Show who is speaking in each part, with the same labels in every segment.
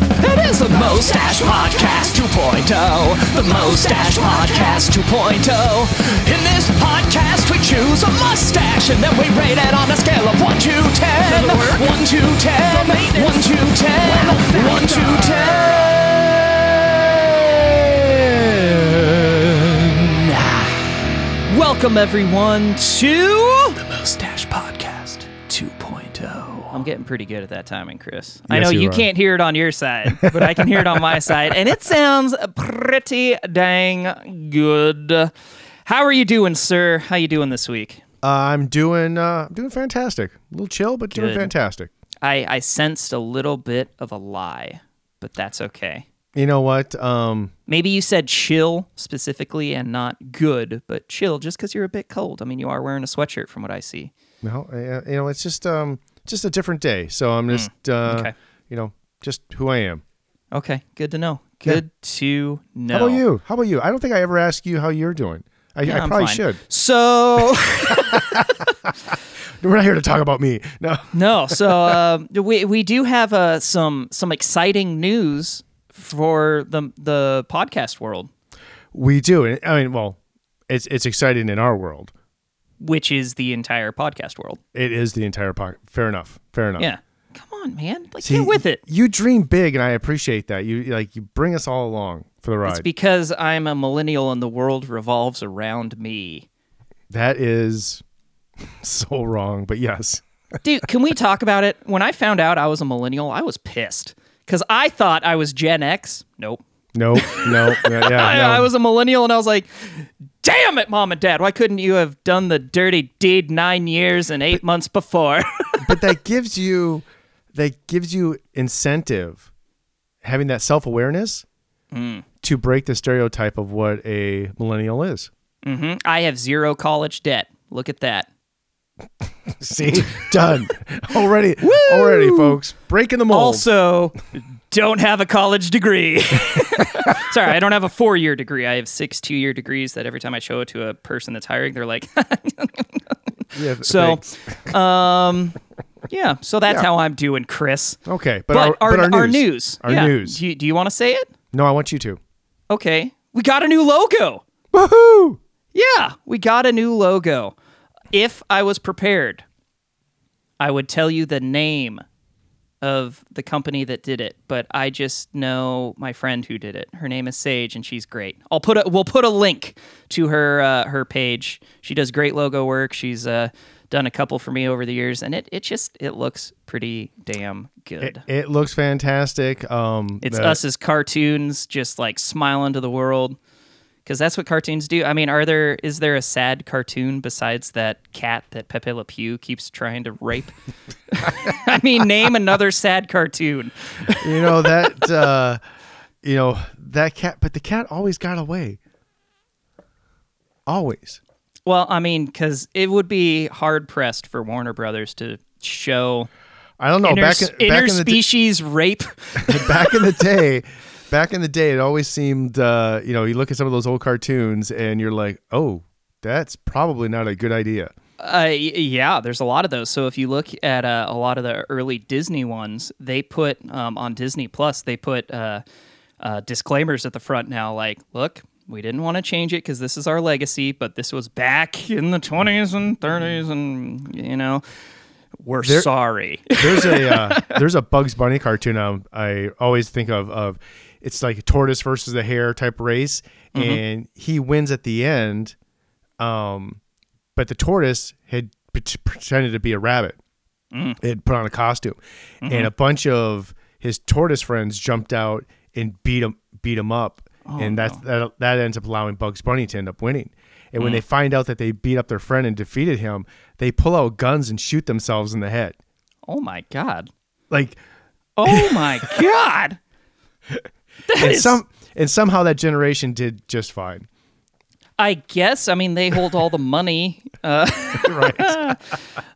Speaker 1: the Mustache Podcast 2.0. The Mustache Podcast 2.0. In this podcast, we choose a mustache and then we rate it on a scale of 1 to 10. 1 to 10. 1 to 10. 1 to 10.
Speaker 2: Welcome everyone to.
Speaker 1: The Mustache Podcast 2.0.
Speaker 2: I'm getting pretty good at that timing, Chris. I
Speaker 3: Yes,
Speaker 2: know
Speaker 3: you
Speaker 2: you,
Speaker 3: are.
Speaker 2: can't hear it on your side, but I can hear it on my side, and it sounds pretty dang good. How are you doing, sir? How you doing this week?
Speaker 3: I'm doing uh, I'm doing fantastic. A little chill, but doing
Speaker 2: Good.
Speaker 3: fantastic.
Speaker 2: I I sensed a little bit of a lie, but that's okay.
Speaker 3: You know what? Um,
Speaker 2: Maybe you said chill specifically and not good, but chill just because you're a bit cold. I mean, you are wearing a sweatshirt from what I see.
Speaker 3: no, uh, you know, it's just um, just a different day. So I'm just uh,
Speaker 2: Hmm. okay.
Speaker 3: you know, just who I am.
Speaker 2: Okay, good to know. Good to know.
Speaker 3: How about you? How about you? I don't think I ever asked you how you're doing. I,
Speaker 2: Yeah,
Speaker 3: I
Speaker 2: I'm
Speaker 3: probably
Speaker 2: fine.
Speaker 3: should.
Speaker 2: So.
Speaker 3: We're not here to talk about me. No.
Speaker 2: No, so um, we we do have uh, some some exciting news for the the podcast world,
Speaker 3: We do. And, I mean, well, it's it's exciting in our world.
Speaker 2: which is the entire podcast world.
Speaker 3: It is the entire pocket. Fair enough. Fair enough.
Speaker 2: Yeah, come on, man, like
Speaker 3: See,
Speaker 2: get with it.
Speaker 3: You dream big, and I appreciate that. You like you bring us all along for the
Speaker 2: It's
Speaker 3: ride.
Speaker 2: because I'm a millennial and the world revolves around me.
Speaker 3: That is so wrong, but yes.
Speaker 2: Dude, can we talk about it? When I found out I was a millennial, I was pissed because I thought I was Gen X. Nope.
Speaker 3: Nope. No. Yeah.
Speaker 2: I,
Speaker 3: no.
Speaker 2: I was a millennial and I was like, damn it, mom and dad, why couldn't you have done the dirty deed nine years and eight months before?
Speaker 3: but that gives you that gives you incentive having that self-awareness
Speaker 2: Mm.
Speaker 3: to break the stereotype of what a millennial is.
Speaker 2: hmm I have zero college debt. Look at that.
Speaker 3: See? Done. Already. Already, folks. Breaking the mold.
Speaker 2: Also, don't have a college degree. Sorry, I don't have a four year degree. I have six two year degrees that every time I show it to a person that's hiring, they're like,
Speaker 3: Yeah, th-
Speaker 2: so,
Speaker 3: thanks.
Speaker 2: um, yeah, so that's
Speaker 3: Yeah.
Speaker 2: how I'm doing, Chris.
Speaker 3: okay, but,
Speaker 2: But,
Speaker 3: our,
Speaker 2: our,
Speaker 3: but
Speaker 2: our news.
Speaker 3: Our
Speaker 2: yeah.
Speaker 3: news.
Speaker 2: Do you, do you want to say it?
Speaker 3: No, I want you to.
Speaker 2: Okay. We got a new logo.
Speaker 3: Woohoo!
Speaker 2: Yeah, we got a new logo. If I was prepared, I would tell you the name of the company that did it, but I just know my friend who did it. Her name is Sage, and she's great. I'll put a we'll put a link to her uh, her page. She does great logo work. She's uh, done a couple for me over the years, and it it just it looks pretty damn
Speaker 3: It,
Speaker 2: good.
Speaker 3: it looks fantastic. Um
Speaker 2: It's
Speaker 3: the-
Speaker 2: us as cartoons, just like smiling to the world, because that's what cartoons do. I mean, are there is there a sad cartoon besides that cat that Pepe Le Pew keeps trying to rape? I mean, name another sad cartoon.
Speaker 3: You know that uh you know that cat but the cat always got away. Always.
Speaker 2: Well, I mean, because it would be hard pressed for Warner Brothers to show
Speaker 3: I don't know
Speaker 2: inter-
Speaker 3: Oh, back in, back in the day,
Speaker 2: interspecies rape.
Speaker 3: back in the day back in the day it always seemed uh you know you look at some of those old cartoons and you're like, "Oh, that's probably not a good idea."
Speaker 2: Uh, y- yeah, there's a lot of those. So if you look at uh, a lot of the early Disney ones, they put um, on Disney Plus, they put uh, uh, disclaimers at the front now, like, look, we didn't want to change it because this is our legacy, but this was back in the 20s and 30s, and you know, we're sorry.
Speaker 3: There's a uh, there's a Bugs Bunny cartoon I, I always think of of it's like a tortoise versus the hare type race and he wins at the end um but the tortoise had pret- pretended to be a rabbit. It had put on a costume and a bunch of his tortoise friends jumped out and beat him beat him up and that's that that ends up allowing Bugs Bunny to end up winning. And when they find out that they beat up their friend and defeated him, they pull out guns and shoot themselves in the head.
Speaker 2: oh my God.
Speaker 3: Like
Speaker 2: Oh my God. That
Speaker 3: and
Speaker 2: is-
Speaker 3: some and somehow that generation did just fine.
Speaker 2: I guess. I mean, they hold all the money. Uh,
Speaker 3: Right.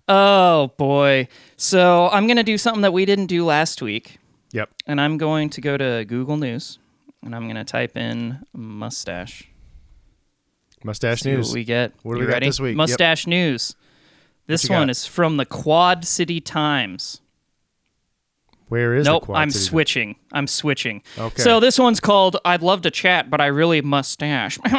Speaker 2: oh boy. So I'm gonna do something that we didn't do last week.
Speaker 3: yep.
Speaker 2: and I'm going to go to Google News and I'm going to type in mustache.
Speaker 3: Mustache
Speaker 2: See
Speaker 3: news.
Speaker 2: what we get.
Speaker 3: What do
Speaker 2: You
Speaker 3: we got
Speaker 2: ready?
Speaker 3: this week? Yep.
Speaker 2: Mustache news. This
Speaker 3: you got?
Speaker 2: one is from the Quad City Times.
Speaker 3: Where is
Speaker 2: Nope,
Speaker 3: the Quad
Speaker 2: I'm
Speaker 3: City?
Speaker 2: switching. I'm switching.
Speaker 3: Okay.
Speaker 2: So this one's called I'd Love to Chat, but I Really Mustache.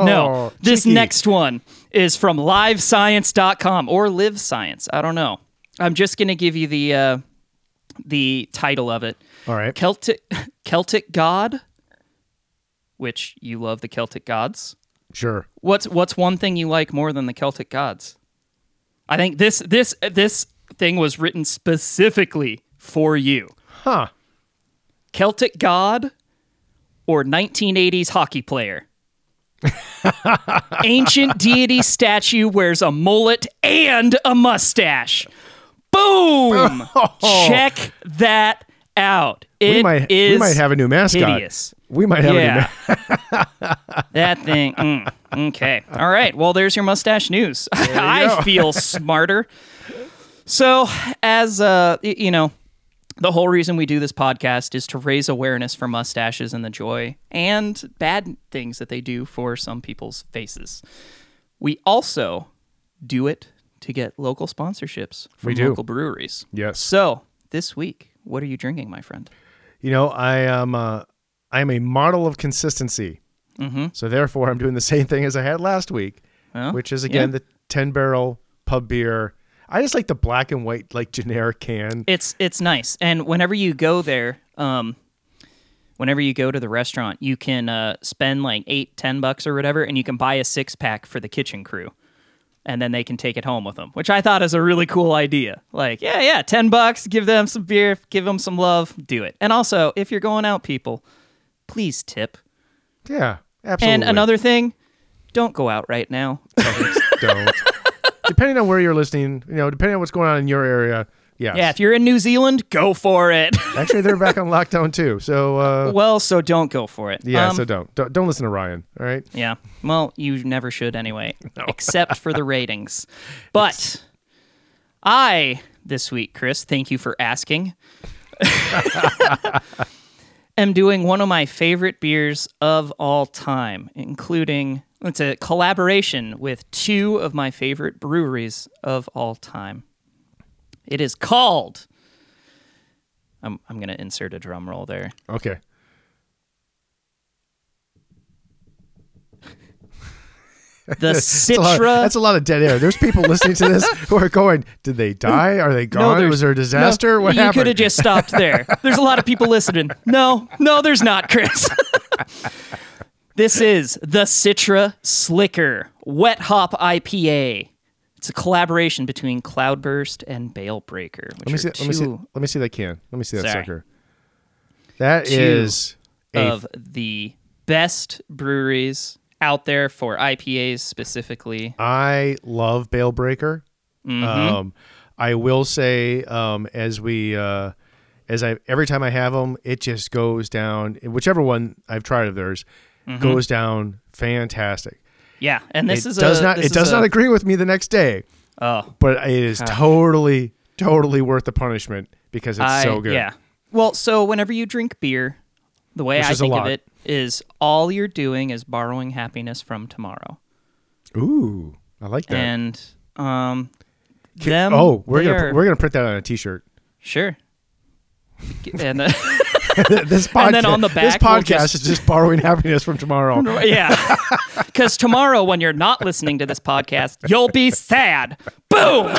Speaker 2: no,
Speaker 3: Oh,
Speaker 2: this
Speaker 3: cheeky.
Speaker 2: next one is from livescience.com or live science. I don't know. I'm just going to give you the uh, the title of it.
Speaker 3: All right.
Speaker 2: Celtic Celtic God, which you love the Celtic gods.
Speaker 3: Sure.
Speaker 2: What's what's one thing you like more than the Celtic gods? I think this this this thing was written specifically for you.
Speaker 3: Huh.
Speaker 2: Celtic god or 1980s hockey player? Ancient deity statue wears a mullet and a mustache. Boom! Check that out. It
Speaker 3: Oh. we might we
Speaker 2: is
Speaker 3: might have a new mascot.
Speaker 2: hideous.
Speaker 3: We might have a new
Speaker 2: Yeah.
Speaker 3: ma-
Speaker 2: that thing. mm, okay. All right. Well, there's your mustache news. I feel smarter. So, as uh, y- you know, the whole reason we do this podcast is to raise awareness for mustaches and the joy and bad things that they do for some people's faces. We also do it to get local sponsorships from
Speaker 3: We do.
Speaker 2: local breweries.
Speaker 3: Yes.
Speaker 2: So, this week, what are you drinking, my friend?
Speaker 3: You know, I am uh, I am a model of consistency.
Speaker 2: Mm-hmm.
Speaker 3: So therefore, I'm doing the same thing as I had last week, which is again
Speaker 2: yeah.
Speaker 3: the ten barrel pub beer. I just like the black and white, like generic can.
Speaker 2: It's it's nice, and whenever you go there, um, whenever you go to the restaurant, you can uh, spend like eight, ten bucks or whatever, and you can buy a six pack for the kitchen crew, and then they can take it home with them, which I thought is a really cool idea. Like, yeah, yeah, ten bucks, give them some beer, give them some love, do it. And also, if you're going out, people, please tip.
Speaker 3: Yeah, absolutely.
Speaker 2: And another thing, don't go out right now.
Speaker 3: don't. depending on where you're listening, you know, depending on what's going on in your area. Yes.
Speaker 2: Yeah, if you're in New Zealand, go for it.
Speaker 3: Actually, they're back on lockdown too. So uh,
Speaker 2: well, so don't go for it.
Speaker 3: yeah,
Speaker 2: Um,
Speaker 3: so don't. don't don't listen to Ryan. All right.
Speaker 2: Yeah. Well, you never should anyway, except for the ratings. But I, this week, Chris, thank you for asking, am doing one of my favorite beers of all time, including it's a collaboration with two of my favorite breweries of all time. It is called. I'm, I'm going to insert a drum roll there.
Speaker 3: Okay.
Speaker 2: The
Speaker 3: That's a, lot
Speaker 2: Citra.
Speaker 3: that's a lot of dead air. There's people listening to this who are going, "Did they die? Are they gone?
Speaker 2: there's-
Speaker 3: Was there a disaster?
Speaker 2: No,
Speaker 3: what
Speaker 2: you
Speaker 3: happened?"
Speaker 2: could have just stopped there. There's a lot of people listening. No, no, there's not, Chris. this is the Citra Slicker Wet Hop IPA. It's a collaboration between Cloudburst and Balebreaker. Which
Speaker 3: Let me see.
Speaker 2: are
Speaker 3: Let me see.
Speaker 2: two
Speaker 3: Let me see that can. Let me see that
Speaker 2: Sorry.
Speaker 3: sucker. That
Speaker 2: Two
Speaker 3: is a
Speaker 2: of the best breweries out there for IPAs specifically.
Speaker 3: I love Bailbreaker.
Speaker 2: Mm-hmm.
Speaker 3: Um, I will say, um, as we, uh, as I, every time I have them, it just goes down. Whichever one I've tried of theirs
Speaker 2: Mm-hmm.
Speaker 3: goes down fantastic.
Speaker 2: Yeah, and this
Speaker 3: it
Speaker 2: is
Speaker 3: does
Speaker 2: a,
Speaker 3: not.
Speaker 2: this
Speaker 3: It does
Speaker 2: is
Speaker 3: not
Speaker 2: a-
Speaker 3: agree with me the next day.
Speaker 2: Oh.
Speaker 3: but it is totally, totally worth the punishment because it's
Speaker 2: I-
Speaker 3: so good.
Speaker 2: Yeah. Well, so whenever you drink beer, the way
Speaker 3: Which
Speaker 2: I
Speaker 3: is a
Speaker 2: think of
Speaker 3: lot.
Speaker 2: it is all you're doing is borrowing happiness from tomorrow.
Speaker 3: Ooh, I like that.
Speaker 2: And um
Speaker 3: Can-
Speaker 2: them
Speaker 3: oh, we're
Speaker 2: they
Speaker 3: gonna
Speaker 2: are-
Speaker 3: we're gonna print that on a T-shirt.
Speaker 2: sure. And uh, then,
Speaker 3: this podcast,
Speaker 2: And then on the
Speaker 3: this
Speaker 2: back, we'll
Speaker 3: podcast
Speaker 2: just-
Speaker 3: is just borrowing happiness from tomorrow.
Speaker 2: yeah. Cuz tomorrow when you're not listening to this podcast, you'll be sad. Boom.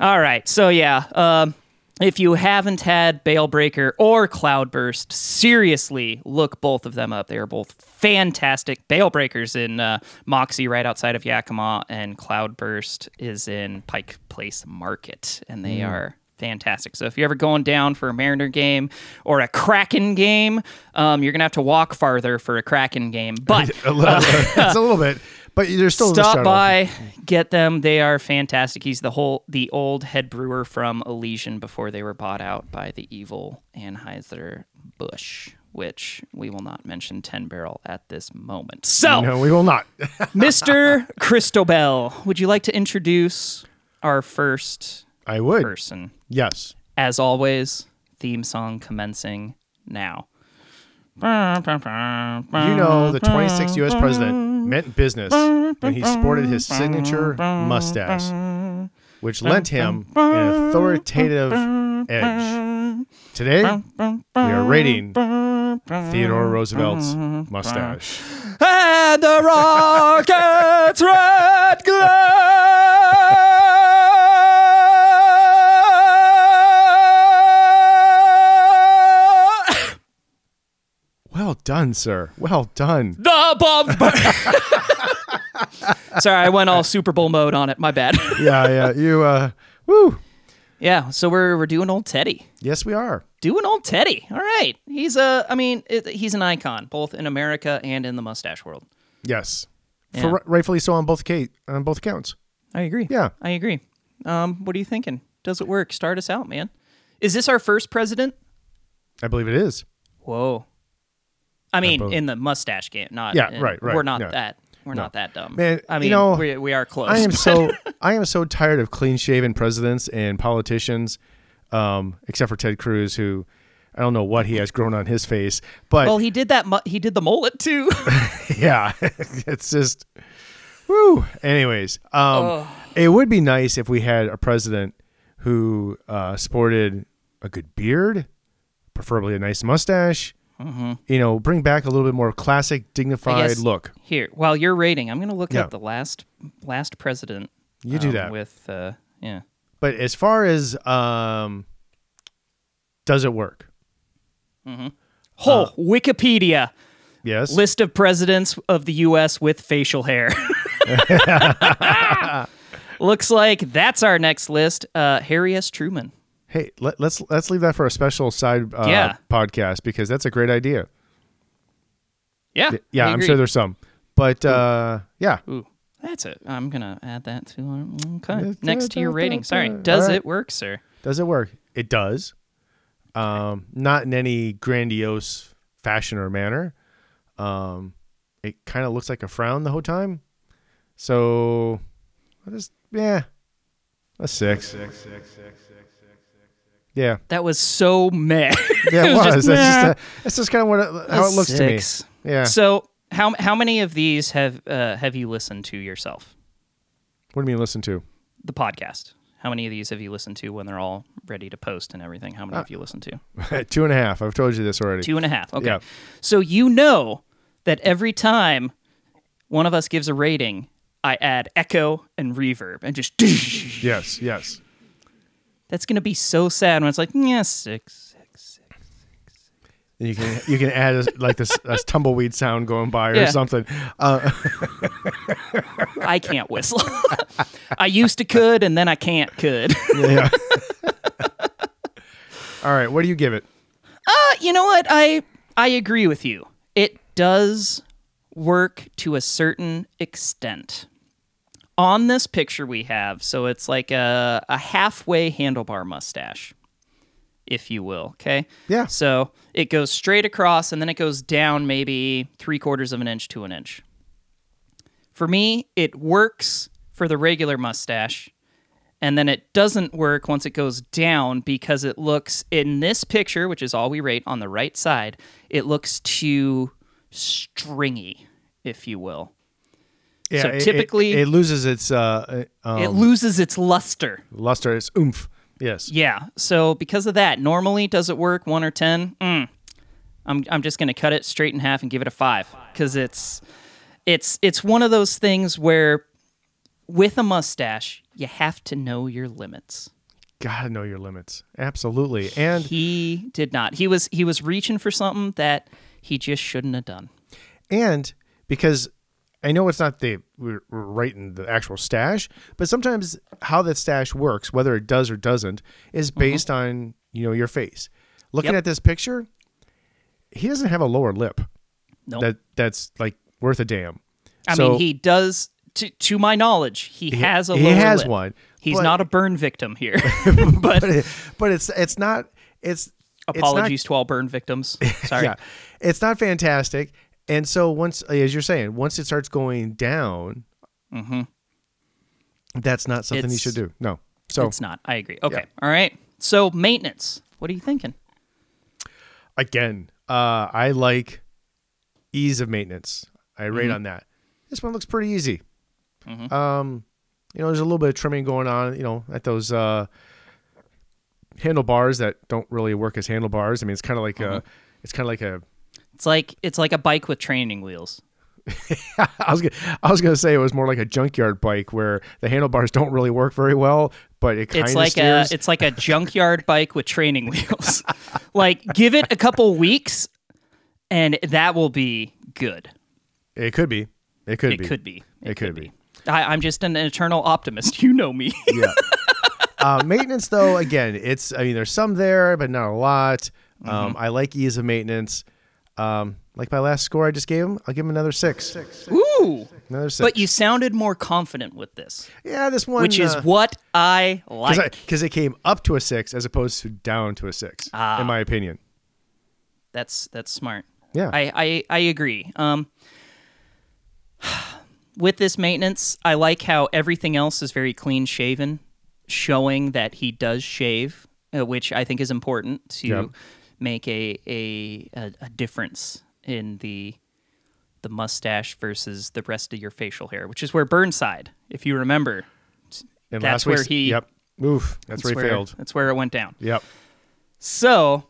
Speaker 2: all right. So yeah, um if you haven't had Balebreaker or Cloudburst, seriously look both of them up. They are both fantastic. Balebreaker's in uh, Moxie, right outside of Yakima, and Cloudburst is in Pike Place Market, and they are fantastic. So if you're ever going down for a Mariner game or a Kraken game, um, you're gonna have to walk farther for a Kraken game, but
Speaker 3: a little, it's a little bit, but there's still the
Speaker 2: stop
Speaker 3: shuttle.
Speaker 2: by get them they are fantastic he's the whole the old head brewer from elysian before they were bought out by the evil anheuser-busch which we will not mention 10 barrel at this moment so
Speaker 3: No, we will not.
Speaker 2: mr christobel would you like to introduce our first
Speaker 3: I would.
Speaker 2: person
Speaker 3: Yes.
Speaker 2: as always theme song commencing now
Speaker 3: You know, the 26th U.S. president meant business when he sported his signature mustache, which lent him an authoritative edge. Today, we are rating Theodore Roosevelt's mustache.
Speaker 2: And the rocket's red glare.
Speaker 3: Well done, sir. Well done.
Speaker 2: the bomb. Sorry, I went all Super Bowl mode on it. My bad.
Speaker 3: Yeah, yeah. You, uh, woo.
Speaker 2: yeah, so we're we're doing old Teddy.
Speaker 3: Yes, we are.
Speaker 2: Doing old Teddy. All right, he's a. I mean, it, he's an icon both in America and in the mustache world.
Speaker 3: Yes.
Speaker 2: Yeah.
Speaker 3: For, ri- rightfully so on both ca- on both counts.
Speaker 2: I agree.
Speaker 3: Yeah.
Speaker 2: I agree. Um, what are you thinking? Does it work? Start us out, man. Is this our first president?
Speaker 3: I believe it is.
Speaker 2: Whoa. I mean,
Speaker 3: believe-
Speaker 2: in the mustache game, not
Speaker 3: Yeah,
Speaker 2: in-
Speaker 3: right, right,
Speaker 2: We're not
Speaker 3: yeah.
Speaker 2: that. We're not that dumb.
Speaker 3: Man,
Speaker 2: I
Speaker 3: you
Speaker 2: mean,
Speaker 3: know,
Speaker 2: we, we are close.
Speaker 3: I am so I am so tired of clean shaven presidents and politicians, um, except for Ted Cruz, who I don't know what he has grown on his face, but
Speaker 2: well, he did that. Mu- he did the mullet too.
Speaker 3: yeah, it's just, woo. Anyways, um, it would be nice if we had a president who uh, sported a good beard, preferably a nice mustache. You know, bring back a little bit more classic, dignified
Speaker 2: guess-
Speaker 3: look.
Speaker 2: Here, while you're rating, I'm going to look
Speaker 3: Yeah.
Speaker 2: up the last last president.
Speaker 3: You do
Speaker 2: um,
Speaker 3: that.
Speaker 2: with uh, yeah.
Speaker 3: But as far as um, does it work? Uh,
Speaker 2: Whole Wikipedia
Speaker 3: Yes.
Speaker 2: list of presidents of the U.S. with facial hair. Looks like that's our next list. Uh, Harry S. Truman.
Speaker 3: Hey, let, let's let's leave that for a special side uh,
Speaker 2: Yeah.
Speaker 3: podcast because that's a great idea.
Speaker 2: Yeah,
Speaker 3: Yeah,
Speaker 2: I
Speaker 3: I'm
Speaker 2: agree.
Speaker 3: sure there's some, but uh, yeah,
Speaker 2: Ooh, that's it. I'm gonna add that to our okay. next to your rating. Sorry, does
Speaker 3: Alright.
Speaker 2: it work, sir?
Speaker 3: does it work? It does. Um, not in any grandiose fashion or manner. Um, it kind of looks like a frown the whole time. So, I just yeah, a six. Yeah,
Speaker 2: That was so meh.
Speaker 3: yeah, it,
Speaker 2: was
Speaker 3: was.
Speaker 2: just,
Speaker 3: that's,
Speaker 2: "Nah."
Speaker 3: just that's just kind of what it, how it looks
Speaker 2: Six.
Speaker 3: to me. Yeah.
Speaker 2: So how how many of these have uh, have you listened to yourself?
Speaker 3: what do you mean listen to?
Speaker 2: The podcast. How many of these have you listened to when they're all ready to post and everything? How
Speaker 3: Uh,
Speaker 2: many have you listened to?
Speaker 3: Two and a half. I've told you this already.
Speaker 2: Two and a half. Okay.
Speaker 3: Yeah.
Speaker 2: So you know that every time one of us gives a rating, I add echo and reverb and just
Speaker 3: Yes, yes.
Speaker 2: that's gonna be so sad when it's like, yeah, six, six, six.
Speaker 3: And you can you can add a, like this a tumbleweed sound going by or
Speaker 2: Yeah.
Speaker 3: something. Uh,
Speaker 2: I can't whistle. I used to could and then I can't could.
Speaker 3: yeah. All right, what do you give it?
Speaker 2: you know what i i agree with you it does work to a certain extent on this picture we have so it's like a, a halfway handlebar mustache if you will okay
Speaker 3: Yeah.
Speaker 2: so it goes straight across and then it goes down maybe three quarters of an inch to an inch for me it works for the regular mustache and then it doesn't work once it goes down because it looks in this picture, which is all we rate on the right side, it looks too stringy, if you will.
Speaker 3: Yeah,
Speaker 2: So
Speaker 3: it- it-
Speaker 2: typically-
Speaker 3: it, loses its uh, uh, um,
Speaker 2: it loses its luster.
Speaker 3: luster, its oomph. Yes.
Speaker 2: Yeah. So because of that, normally does it work one or ten? Mm. I'm I'm just gonna cut it straight in half and give it a five because it's it's it's one of those things where with a mustache you have to know your limits.
Speaker 3: Gotta know your limits. Absolutely. And
Speaker 2: he did not he was he was reaching for something that he just shouldn't have done
Speaker 3: and because I know it's not the we're, we're writing the actual stash, but sometimes how that stash works, whether it does or doesn't, is based on you know your face. Looking
Speaker 2: Mm-hmm. Yep.
Speaker 3: at this picture, he doesn't have a lower lip
Speaker 2: no
Speaker 3: that that's like worth a damn.
Speaker 2: i
Speaker 3: So
Speaker 2: mean he does to, to my knowledge he, has a
Speaker 3: he
Speaker 2: lower
Speaker 3: has
Speaker 2: lip.
Speaker 3: one,
Speaker 2: he's
Speaker 3: but-
Speaker 2: not a burn victim here but,
Speaker 3: but it, but it's it's not it's it's not-
Speaker 2: apologies to all burn victims sorry
Speaker 3: yeah, it's not fantastic. And so once, as you're saying, once it starts going down, that's not something
Speaker 2: Mm-hmm.
Speaker 3: you
Speaker 2: It's-
Speaker 3: should do. No. So
Speaker 2: it's not i agree okay all right so maintenance what are you thinking
Speaker 3: again, uh, I like
Speaker 2: Mm-hmm.
Speaker 3: ease of maintenance. I rate on that. This one looks pretty easy. Um, you know, there's a little bit of trimming going on, you know, at those uh, handlebars that don't really work as handlebars. I mean, it's kind of like a,
Speaker 2: Mm-hmm.
Speaker 3: it's kind of like a.
Speaker 2: It's like it's like a bike with training wheels.
Speaker 3: I was gonna, I was gonna say it was more like a junkyard bike where the handlebars don't really work very well, but it kind
Speaker 2: It's
Speaker 3: of
Speaker 2: like
Speaker 3: steers.
Speaker 2: a it's like a junkyard bike with training wheels. like give it a couple weeks, and that will be good.
Speaker 3: it could be, it could
Speaker 2: It
Speaker 3: be,
Speaker 2: could be.
Speaker 3: It could be.
Speaker 2: I, I'm just an eternal optimist. You know me.
Speaker 3: yeah. Uh, maintenance, though, again, it's I mean, there's some there, but not a lot. Um,
Speaker 2: Mm-hmm.
Speaker 3: I like ease of maintenance. Um, like my last score I just gave him, I'll give him another six.
Speaker 2: Ooh.
Speaker 3: Another six.
Speaker 2: But you sounded more confident with this,
Speaker 3: yeah, this one,
Speaker 2: which is
Speaker 3: uh,
Speaker 2: what I like.
Speaker 3: because it came up to a six as opposed to down to a six,
Speaker 2: Ah.
Speaker 3: in my opinion.
Speaker 2: That's that's smart.
Speaker 3: Yeah.
Speaker 2: I I, I agree. Um, with this maintenance, I like how everything else is very clean shaven, showing that he does shave, uh, which I think is important to
Speaker 3: Yeah.
Speaker 2: make a, a a a difference in the the mustache versus the rest of your facial hair, which is where Burnside, if you remember,
Speaker 3: And
Speaker 2: That's
Speaker 3: last week's-
Speaker 2: where he-
Speaker 3: Yep. Oof. That's,
Speaker 2: that's
Speaker 3: where he failed.
Speaker 2: That's where it went down.
Speaker 3: Yep.
Speaker 2: So,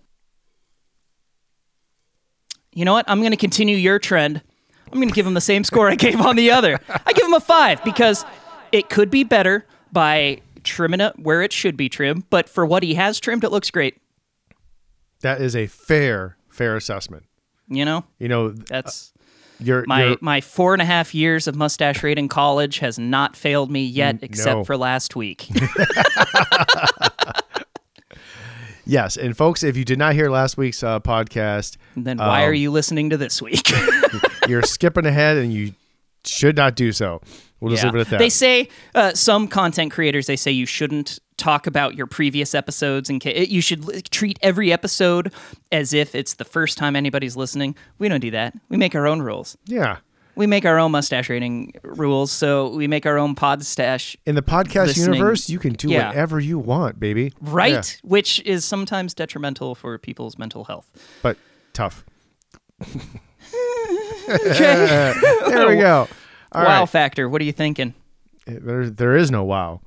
Speaker 2: you know what? I'm going to continue your trend. I'm going to give him the same score I gave on the other. I give him a five because it could be better by trimming it where it should be trimmed, but for what he has trimmed, it looks great.
Speaker 3: That is a fair, fair assessment.
Speaker 2: You know,
Speaker 3: You know, th-
Speaker 2: that's
Speaker 3: your
Speaker 2: my
Speaker 3: your-
Speaker 2: my four and a half years of mustache raid in college has not failed me yet, except
Speaker 3: no.
Speaker 2: for last week.
Speaker 3: yes. And folks, if you did not hear last week's uh, podcast,
Speaker 2: then why are
Speaker 3: Um,
Speaker 2: you listening to this week?
Speaker 3: you're skipping ahead and you should not do so. We'll just
Speaker 2: Yeah.
Speaker 3: leave it at that.
Speaker 2: They say uh, some content creators they say you shouldn't talk about your previous episodes and ca- you should l- treat every episode as if it's the first time anybody's listening. We don't do that. We make our own rules.
Speaker 3: yeah.
Speaker 2: We make our own mustache rating rules, so we make our own pod stash,
Speaker 3: In the podcast
Speaker 2: Listening-
Speaker 3: universe, you can do
Speaker 2: yeah.
Speaker 3: whatever you want, baby.
Speaker 2: right? Which is sometimes detrimental for people's mental health.
Speaker 3: Yeah, but tough.
Speaker 2: Okay.
Speaker 3: There we go. All
Speaker 2: wow
Speaker 3: right.
Speaker 2: factor. What are you thinking?
Speaker 3: There, there is no wow.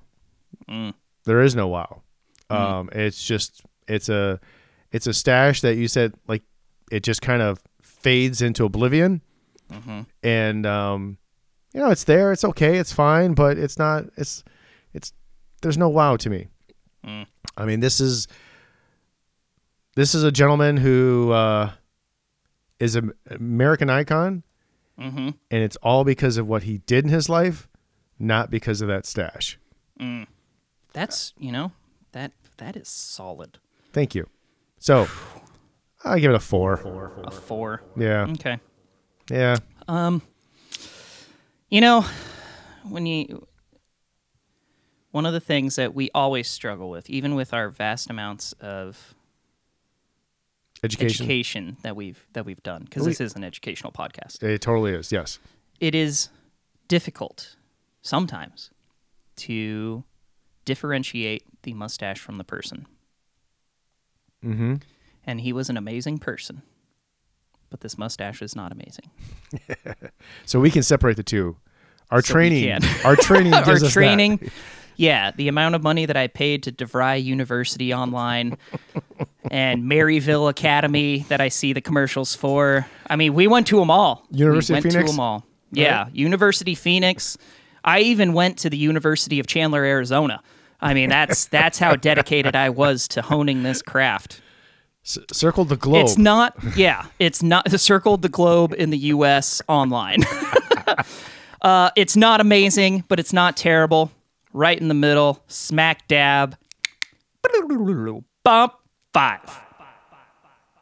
Speaker 3: There is no wow. Um, it's just it's a it's a stash that you said like it just kind of fades into oblivion, and um, you know it's there. It's okay. It's fine, but it's not. It's it's there's no wow to me. I mean, this is this is a gentleman who uh, is an American icon, and it's all because of what he did in his life, not because of that stash.
Speaker 2: That's you know that that is solid.
Speaker 3: Thank you. So I give it a four.
Speaker 2: A four. Mm.
Speaker 3: Yeah,
Speaker 2: Okay.
Speaker 3: yeah.
Speaker 2: You know, when you one of the things that we always struggle with, even with our vast amounts of
Speaker 3: Education.
Speaker 2: education, that we've that we've done, because this is an educational podcast,
Speaker 3: It totally is. Yes.
Speaker 2: it is difficult sometimes to differentiate the mustache from the person.
Speaker 3: Mm-hmm.
Speaker 2: And he was an amazing person, but this mustache is not amazing.
Speaker 3: So we can separate the two. Our
Speaker 2: So we
Speaker 3: training.
Speaker 2: can.
Speaker 3: Our training. Gives
Speaker 2: our
Speaker 3: us that.
Speaker 2: training. Yeah, the amount of money that I paid to DeVry University Online and Maryville Academy that I see the commercials for. I mean, we went to them all.
Speaker 3: University
Speaker 2: we
Speaker 3: of
Speaker 2: went
Speaker 3: Phoenix?
Speaker 2: to them all. Yeah, University Phoenix. I even went to the University of Chandler, Arizona. I mean, that's that's how dedicated I was to honing this craft.
Speaker 3: C- circle the globe.
Speaker 2: It's not. Yeah, it's not. Circled the globe in the U.S. online. uh, it's not amazing, but it's not terrible. Right in the middle, smack dab. Bump five.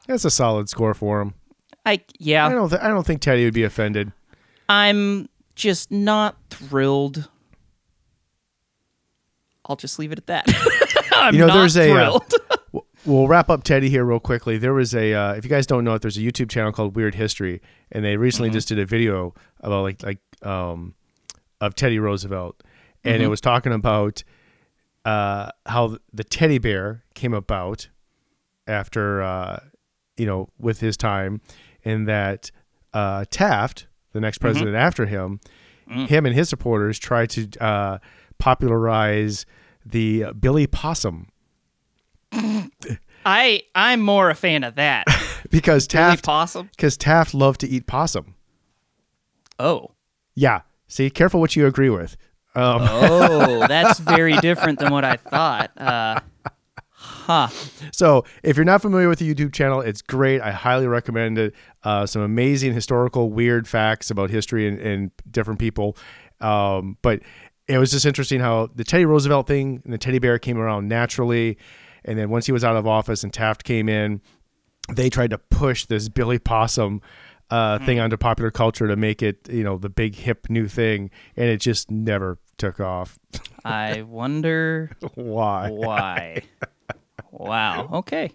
Speaker 3: That's a solid score for him.
Speaker 2: I
Speaker 3: I
Speaker 2: yeah.
Speaker 3: don't. Th- I don't think Teddy would be offended.
Speaker 2: I'm just not thrilled. I'll just leave it at that. I'm
Speaker 3: You know,
Speaker 2: not
Speaker 3: there's a, uh,
Speaker 2: thrilled.
Speaker 3: We'll wrap up Teddy here real quickly. There was a, uh, if you guys don't know it, there's a YouTube channel called Weird History, and they recently just did a video about like like um, of Teddy Roosevelt, and it was talking about uh, how the teddy bear came about after uh, you know with his time, and that uh, Taft, the next president after him, him and his supporters tried to uh, popularize the uh, Billy Possum
Speaker 2: I I'm more a fan of that.
Speaker 3: because
Speaker 2: Billy
Speaker 3: Taft
Speaker 2: Possum.
Speaker 3: because Taft loved to eat possum.
Speaker 2: Oh.
Speaker 3: Yeah. See, careful what you agree with. Um,
Speaker 2: Oh, that's very different than what I thought. Uh,
Speaker 3: So, if you're not familiar with the YouTube channel, it's great. I highly recommend it. Uh, some amazing historical, weird facts about history and, and different people. Um, but it was just interesting how the Teddy Roosevelt thing and the teddy bear came around naturally. And then once he was out of office and Taft came in, they tried to push this Billy Possum uh, thing onto popular culture to make it, you know, the big hip new thing. And it just never took off.
Speaker 2: I wonder
Speaker 3: Why?
Speaker 2: why. wow. Okay.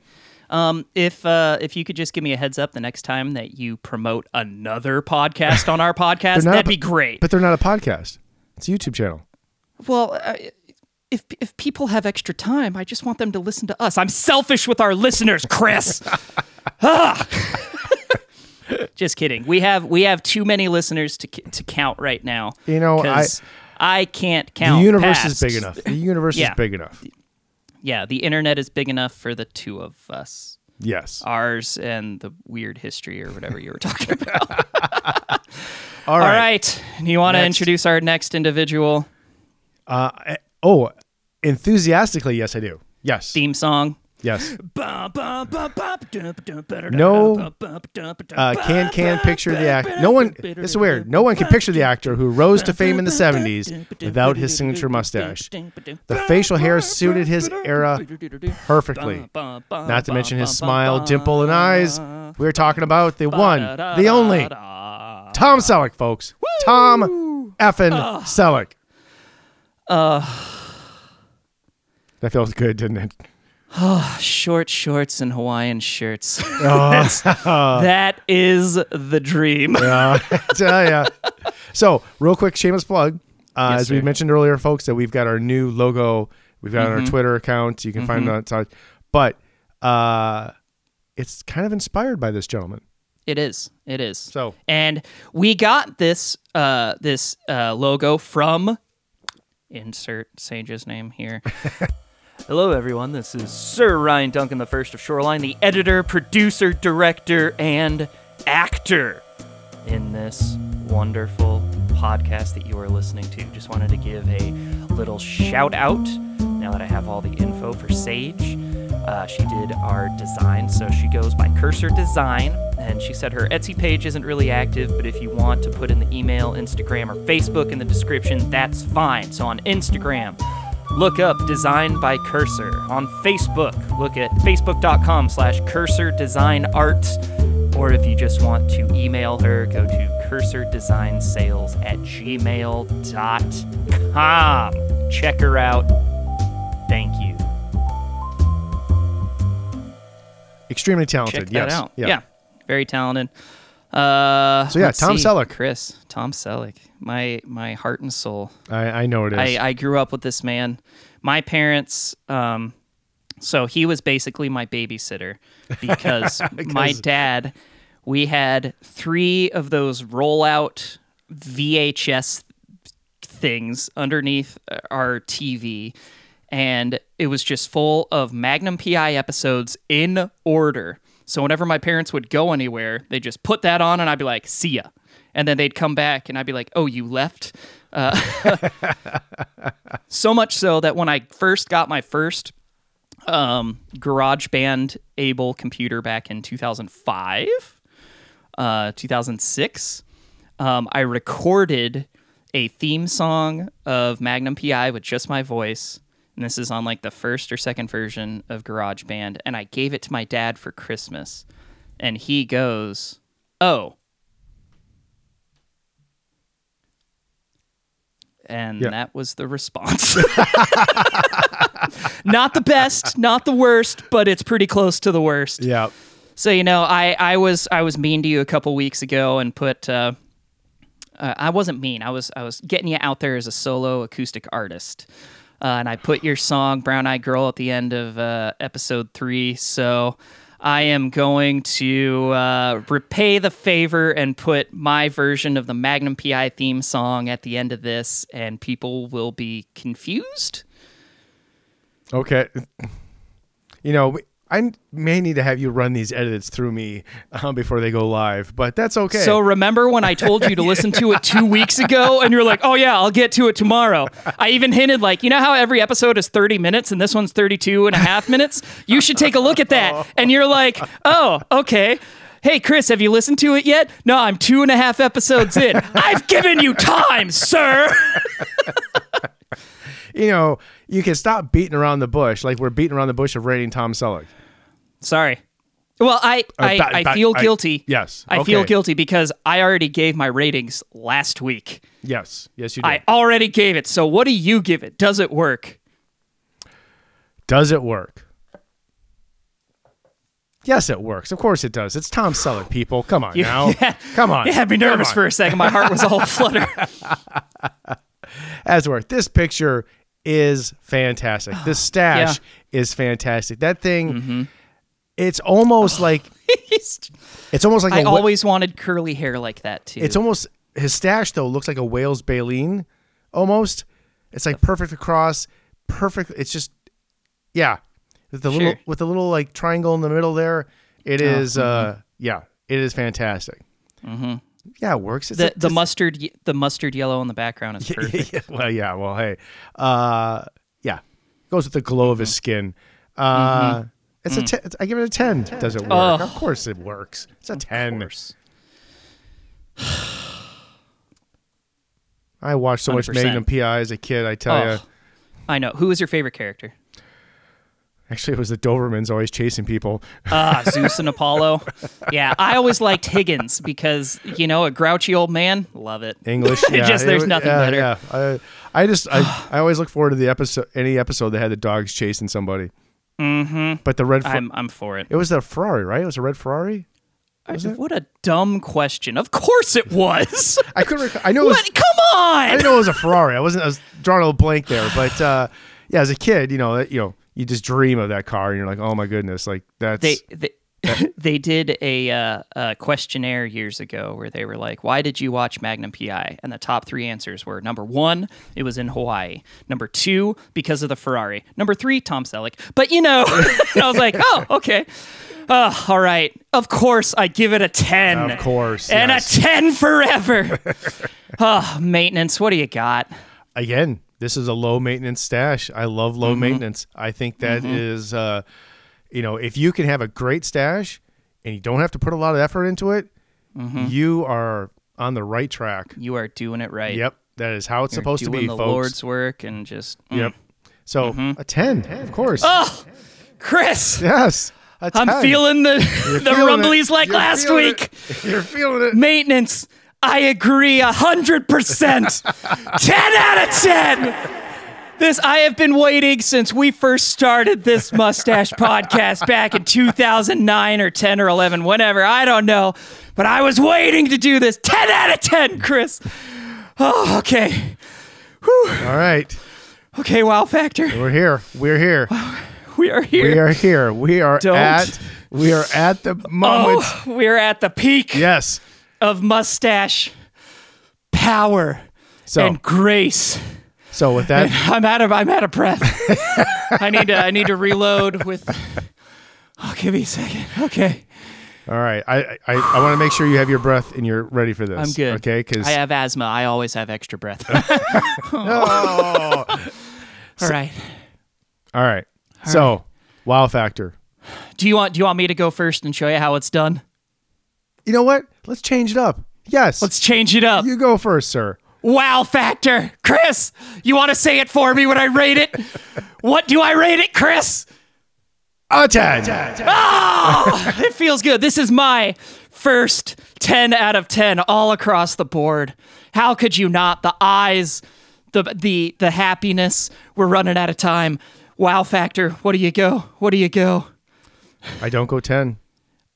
Speaker 2: Um, if uh, if you could just give me a heads up the next time that you promote another podcast on our podcast,
Speaker 3: not a
Speaker 2: that'd
Speaker 3: po-
Speaker 2: be great.
Speaker 3: But they're not a podcast, it's a YouTube channel.
Speaker 2: Well, I- if if people have extra time, I just want them to listen to us. I'm selfish with our listeners, Chris. Ah! just kidding. We have we have too many listeners to c- to count right now.
Speaker 3: You know, I-
Speaker 2: 'cause I can't count.
Speaker 3: The universe is
Speaker 2: past-
Speaker 3: big enough. The universe
Speaker 2: Yeah.
Speaker 3: is big enough.
Speaker 2: Yeah, the internet is big enough for the two of us.
Speaker 3: Yes.
Speaker 2: Ours and the weird history or whatever you were talking about.
Speaker 3: All
Speaker 2: All
Speaker 3: right.
Speaker 2: right. You want to
Speaker 3: Next.
Speaker 2: introduce our next individual
Speaker 3: Oh, enthusiastically, yes, I do. Yes.
Speaker 2: theme song?
Speaker 3: Yes.
Speaker 2: No.
Speaker 3: Uh, can can picture the act. No one. It's weird. No one can picture the actor who rose to fame in the '70s without his signature mustache. The facial hair suited his era perfectly. Not to mention his smile, dimple, and eyes. We're talking about the one, the only Tom Selleck, folks. Tom effing Selleck. That feels good, didn't it?
Speaker 2: Short shorts and Hawaiian shirts. That's- that is the dream.
Speaker 3: tell ya. So, real quick, shameless plug. Uh,
Speaker 2: Yes,
Speaker 3: as we
Speaker 2: sir.
Speaker 3: mentioned earlier, folks, that we've got our new logo. We've got it
Speaker 2: Mm-hmm.
Speaker 3: on our Twitter account. You can find it on it's on- But uh, it's kind of inspired by this gentleman.
Speaker 2: It is. It is.
Speaker 3: So-
Speaker 2: and we got this uh this uh logo from insert Sage's name here. Hello everyone. This is Sir Ryan Duncan the first of Shoreline, the editor, producer, director and actor in this wonderful podcast that you are listening to. Just wanted to give a little shout out now that I have all the info for Sage. Uh, she did our design, so she goes by Cursor Design, and she said her Etsy page isn't really active, but if you want to put in the email, Instagram, or Facebook in the description, that's fine. So on Instagram, Look up Design by Cursor. On Facebook, look at facebook.com slash cursor design arts. Or if you just want to email her, go to cursordesignsales at gmail.com. Check her out. Thank you.
Speaker 3: Extremely talented.
Speaker 2: Check that
Speaker 3: yes.
Speaker 2: out. Yeah. Very talented. Uh,
Speaker 3: So, yeah,
Speaker 2: let's
Speaker 3: Tom
Speaker 2: see.
Speaker 3: Selleck.
Speaker 2: Chris, Tom Selleck. My my heart and soul.
Speaker 3: I, I know it is.
Speaker 2: I, I grew up with this man. My parents, um, so he was basically my babysitter because my dad, we had three of those rollout VHS things underneath our TV. And it was just full of Magnum PI episodes in order. So whenever my parents would go anywhere, they just put that on and I'd be like, see ya. And then they'd come back and I'd be like, oh, you left? So much so that when I first got my first um, GarageBand Able computer back in 2005, uh, 2006, um, I recorded a theme song of Magnum PI with just my voice. And this is on like the first or second version of GarageBand. And I gave it to my dad for Christmas. And he goes, Oh. And
Speaker 3: Yeah.
Speaker 2: that was the response. not the best, not the worst, but it's pretty close to the worst.
Speaker 3: yeah.
Speaker 2: So you know, I I was I was mean to you a couple weeks ago and put. Uh, uh, I wasn't mean. I was I was getting you out there as a solo acoustic artist, uh, and I put your song "Brown Eyed Girl" at the end of uh, episode three. So I am going to uh, repay the favor and put my version of the Magnum PI theme song at the end of this, and people will be confused.
Speaker 3: Okay. You know, I may need to have you run these edits through me um, before they go live, but that's okay.
Speaker 2: So remember when I told you to listen to it two weeks ago, and you're like, "Oh yeah, I'll get to it tomorrow." I even hinted like, you know how every episode is 30 minutes, and this one's 32 and a half minutes. You should take a look at that. And you're like, "Oh, okay." Hey Chris, have you listened to it yet? No, I'm two and a half episodes in. I've given you time, sir.
Speaker 3: you know, you can stop beating around the bush like we're beating around the bush of rating Tom Selleck.
Speaker 2: Sorry. Well, I I,
Speaker 3: that-
Speaker 2: I
Speaker 3: that-
Speaker 2: feel
Speaker 3: Uh, I-
Speaker 2: guilty.
Speaker 3: yes,
Speaker 2: I feel
Speaker 3: okay.
Speaker 2: guilty because I already gave my ratings last week.
Speaker 3: Yes. Yes, you do.
Speaker 2: I already gave it. So what do you give it? Does it work?
Speaker 3: Does it work? Yes, it works. Of course it does. It's Tom Selleck, people. Come on now. Come on.
Speaker 2: It had me nervous for a second. My heart was all flutter.
Speaker 3: As it were, this picture is fantastic. This stash is fantastic. That thing,
Speaker 2: Mm-hmm.
Speaker 3: it's almost like it's almost like
Speaker 2: I
Speaker 3: a wh-
Speaker 2: always wanted curly hair like that too.
Speaker 3: It's almost his stash though looks like a whale's baleen, almost. It's like perfect across, perfect. It's just, yeah, with the
Speaker 2: Sure. Oh,
Speaker 3: little with the little like triangle in the middle there. It is,
Speaker 2: mm-hmm.
Speaker 3: uh, yeah, it is fantastic. Yeah, it works. It's
Speaker 2: the
Speaker 3: a-
Speaker 2: the mustard ye- the mustard yellow in the background is perfect.
Speaker 3: yeah, well, yeah. Well, hey, uh, yeah, goes with the glow of
Speaker 2: Mm-hmm.
Speaker 3: his skin. Uh, It's a ten, I give it a ten. Does it work?
Speaker 2: Mm. Oh.
Speaker 3: Of course it works. It's a ten.
Speaker 2: course.
Speaker 3: I watched so much
Speaker 2: 100%.
Speaker 3: Magnum PI as a kid. I tell you,
Speaker 2: Ugh. I know. Who is your favorite character?
Speaker 3: actually, it was the Dobermans always chasing people.
Speaker 2: Ah, Zeus and Apollo. Yeah, I always liked Higgins because you know a grouchy old man. Love it.
Speaker 3: English. Yeah,
Speaker 2: Just there's
Speaker 3: wa-
Speaker 2: nothing
Speaker 3: yeah,
Speaker 2: better.
Speaker 3: Yeah, I, I just I, I always look forward to the episode any episode that had the dogs chasing somebody. Mm-hmm. But the red Fer-
Speaker 2: I'm I'm for it.
Speaker 3: it was the Ferrari, right? It was a red Ferrari.
Speaker 2: What a dumb question. Of course it was.
Speaker 3: I couldn't. Rec- I know. It was,
Speaker 2: what? Come on.
Speaker 3: I didn't know it was a Ferrari. I wasn't. I was drawing a little blank there. But uh, yeah, as a kid, you know, that, you know, you just dream of that car, and you're like, oh my goodness, like that's
Speaker 2: they they, they did a, uh, a questionnaire years ago where they were like, "Why did you watch Magnum PI?" And the top three answers were: number one, it was in Hawaii; number two, because of the Ferrari; number three, Tom Selleck. But you know, I was like, "Oh, okay." Oh, all right. Of course, I give it a ten.
Speaker 3: Of course,
Speaker 2: and
Speaker 3: yes.
Speaker 2: a ten forever. oh, maintenance. What do you got?
Speaker 3: again. This is a low maintenance stash. I love low
Speaker 2: Mm-hmm.
Speaker 3: maintenance. I think that is, uh, you know, if you can have a great stash and you don't have to put a lot of effort into it,
Speaker 2: Mm-hmm.
Speaker 3: you are on the right track.
Speaker 2: You are doing it right.
Speaker 3: Yep, that is how it's
Speaker 2: You're
Speaker 3: supposed to
Speaker 2: doing
Speaker 3: be,
Speaker 2: the
Speaker 3: folks.
Speaker 2: Lord's Mm-hmm. work and just mm.
Speaker 3: Yep. So a ten, of course.
Speaker 2: Chris.
Speaker 3: Yes, a 10.
Speaker 2: Ah! I'm feeling the the
Speaker 3: Feeling it.
Speaker 2: rumblies like
Speaker 3: You're
Speaker 2: last
Speaker 3: feeling
Speaker 2: week.
Speaker 3: it. You're feeling it.
Speaker 2: Maintenance. I agree hundred percent. Ten out of ten. This I have been waiting since we first started this mustache podcast back in 2009 or 10 or 11, whenever I don't know, but I was waiting to do this. Ten out of ten, Chris. Oh, okay,
Speaker 3: All right.
Speaker 2: okay. Wow, factor.
Speaker 3: We're here. We're here.
Speaker 2: We are
Speaker 3: We
Speaker 2: here.
Speaker 3: are here. We are
Speaker 2: Don't.
Speaker 3: at we are at the moment.
Speaker 2: oh, we're at the peak.
Speaker 3: Yes.
Speaker 2: of mustache power
Speaker 3: So
Speaker 2: and grace.
Speaker 3: so with that
Speaker 2: I'm out of I'm out of breath. I need to I need to reload with Oh, give me a second. Okay.
Speaker 3: all right. I I, I want to make sure you have your breath and you're ready for this.
Speaker 2: I'm good.
Speaker 3: Okay? Cuz
Speaker 2: I have asthma. I always have extra breath. All right.
Speaker 3: All right. so, wow factor.
Speaker 2: Do you want do you want me to go first and show you how it's done?
Speaker 3: You know what? Let's change it up. Yes.
Speaker 2: Let's change it up.
Speaker 3: you go first, sir.
Speaker 2: Wow factor. Chris, you want to say it for me when I rate it? What do I rate it, Chris?
Speaker 3: A 10.
Speaker 2: it feels good. This is my first 10 out of 10 all across the board. How could you not? The eyes, the the the happiness. We're running out of time. Wow factor. What do you go? What do you go?
Speaker 3: I don't go 10.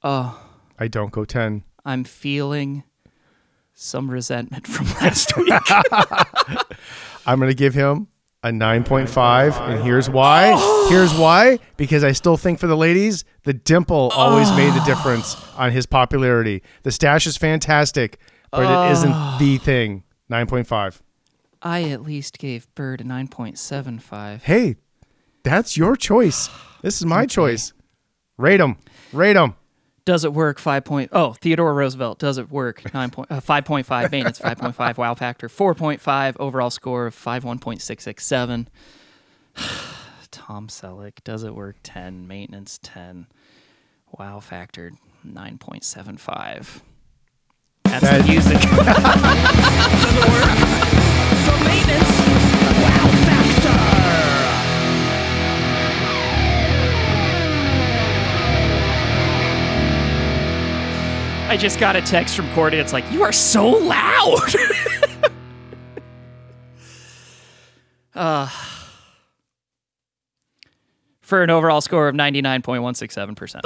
Speaker 2: Uh.
Speaker 3: Oh. I don't go 10.
Speaker 2: I'm feeling some resentment from last week.
Speaker 3: I'm going to give him a 9.5 and here's why here's why because i still think for the ladies the dimple always made the difference on his popularity the stash is fantastic but it isn't the thing 9.5
Speaker 2: I at least gave Bird a 9.75.
Speaker 3: hey that's your choice this is my choice rate them rate them
Speaker 2: Does it work? Five point. Oh, Theodore Roosevelt. Does it work? Nine point. Uh, Five point five maintenance. Five point five. Wow factor. Four point five overall score of five one point six six seven. Tom Selleck. Does it work? Ten maintenance. Ten. Wow factor. Nine point seven five. That's
Speaker 3: That-
Speaker 2: the music. I just got a text from Cordy. It's like you are so loud. uh, for an overall score of ninety nine point one six seven percent.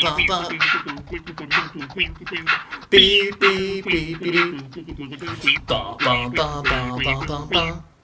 Speaker 4: Beep, beep, beep, beep, beep. Ba, ba, ba, ba, ba, ba.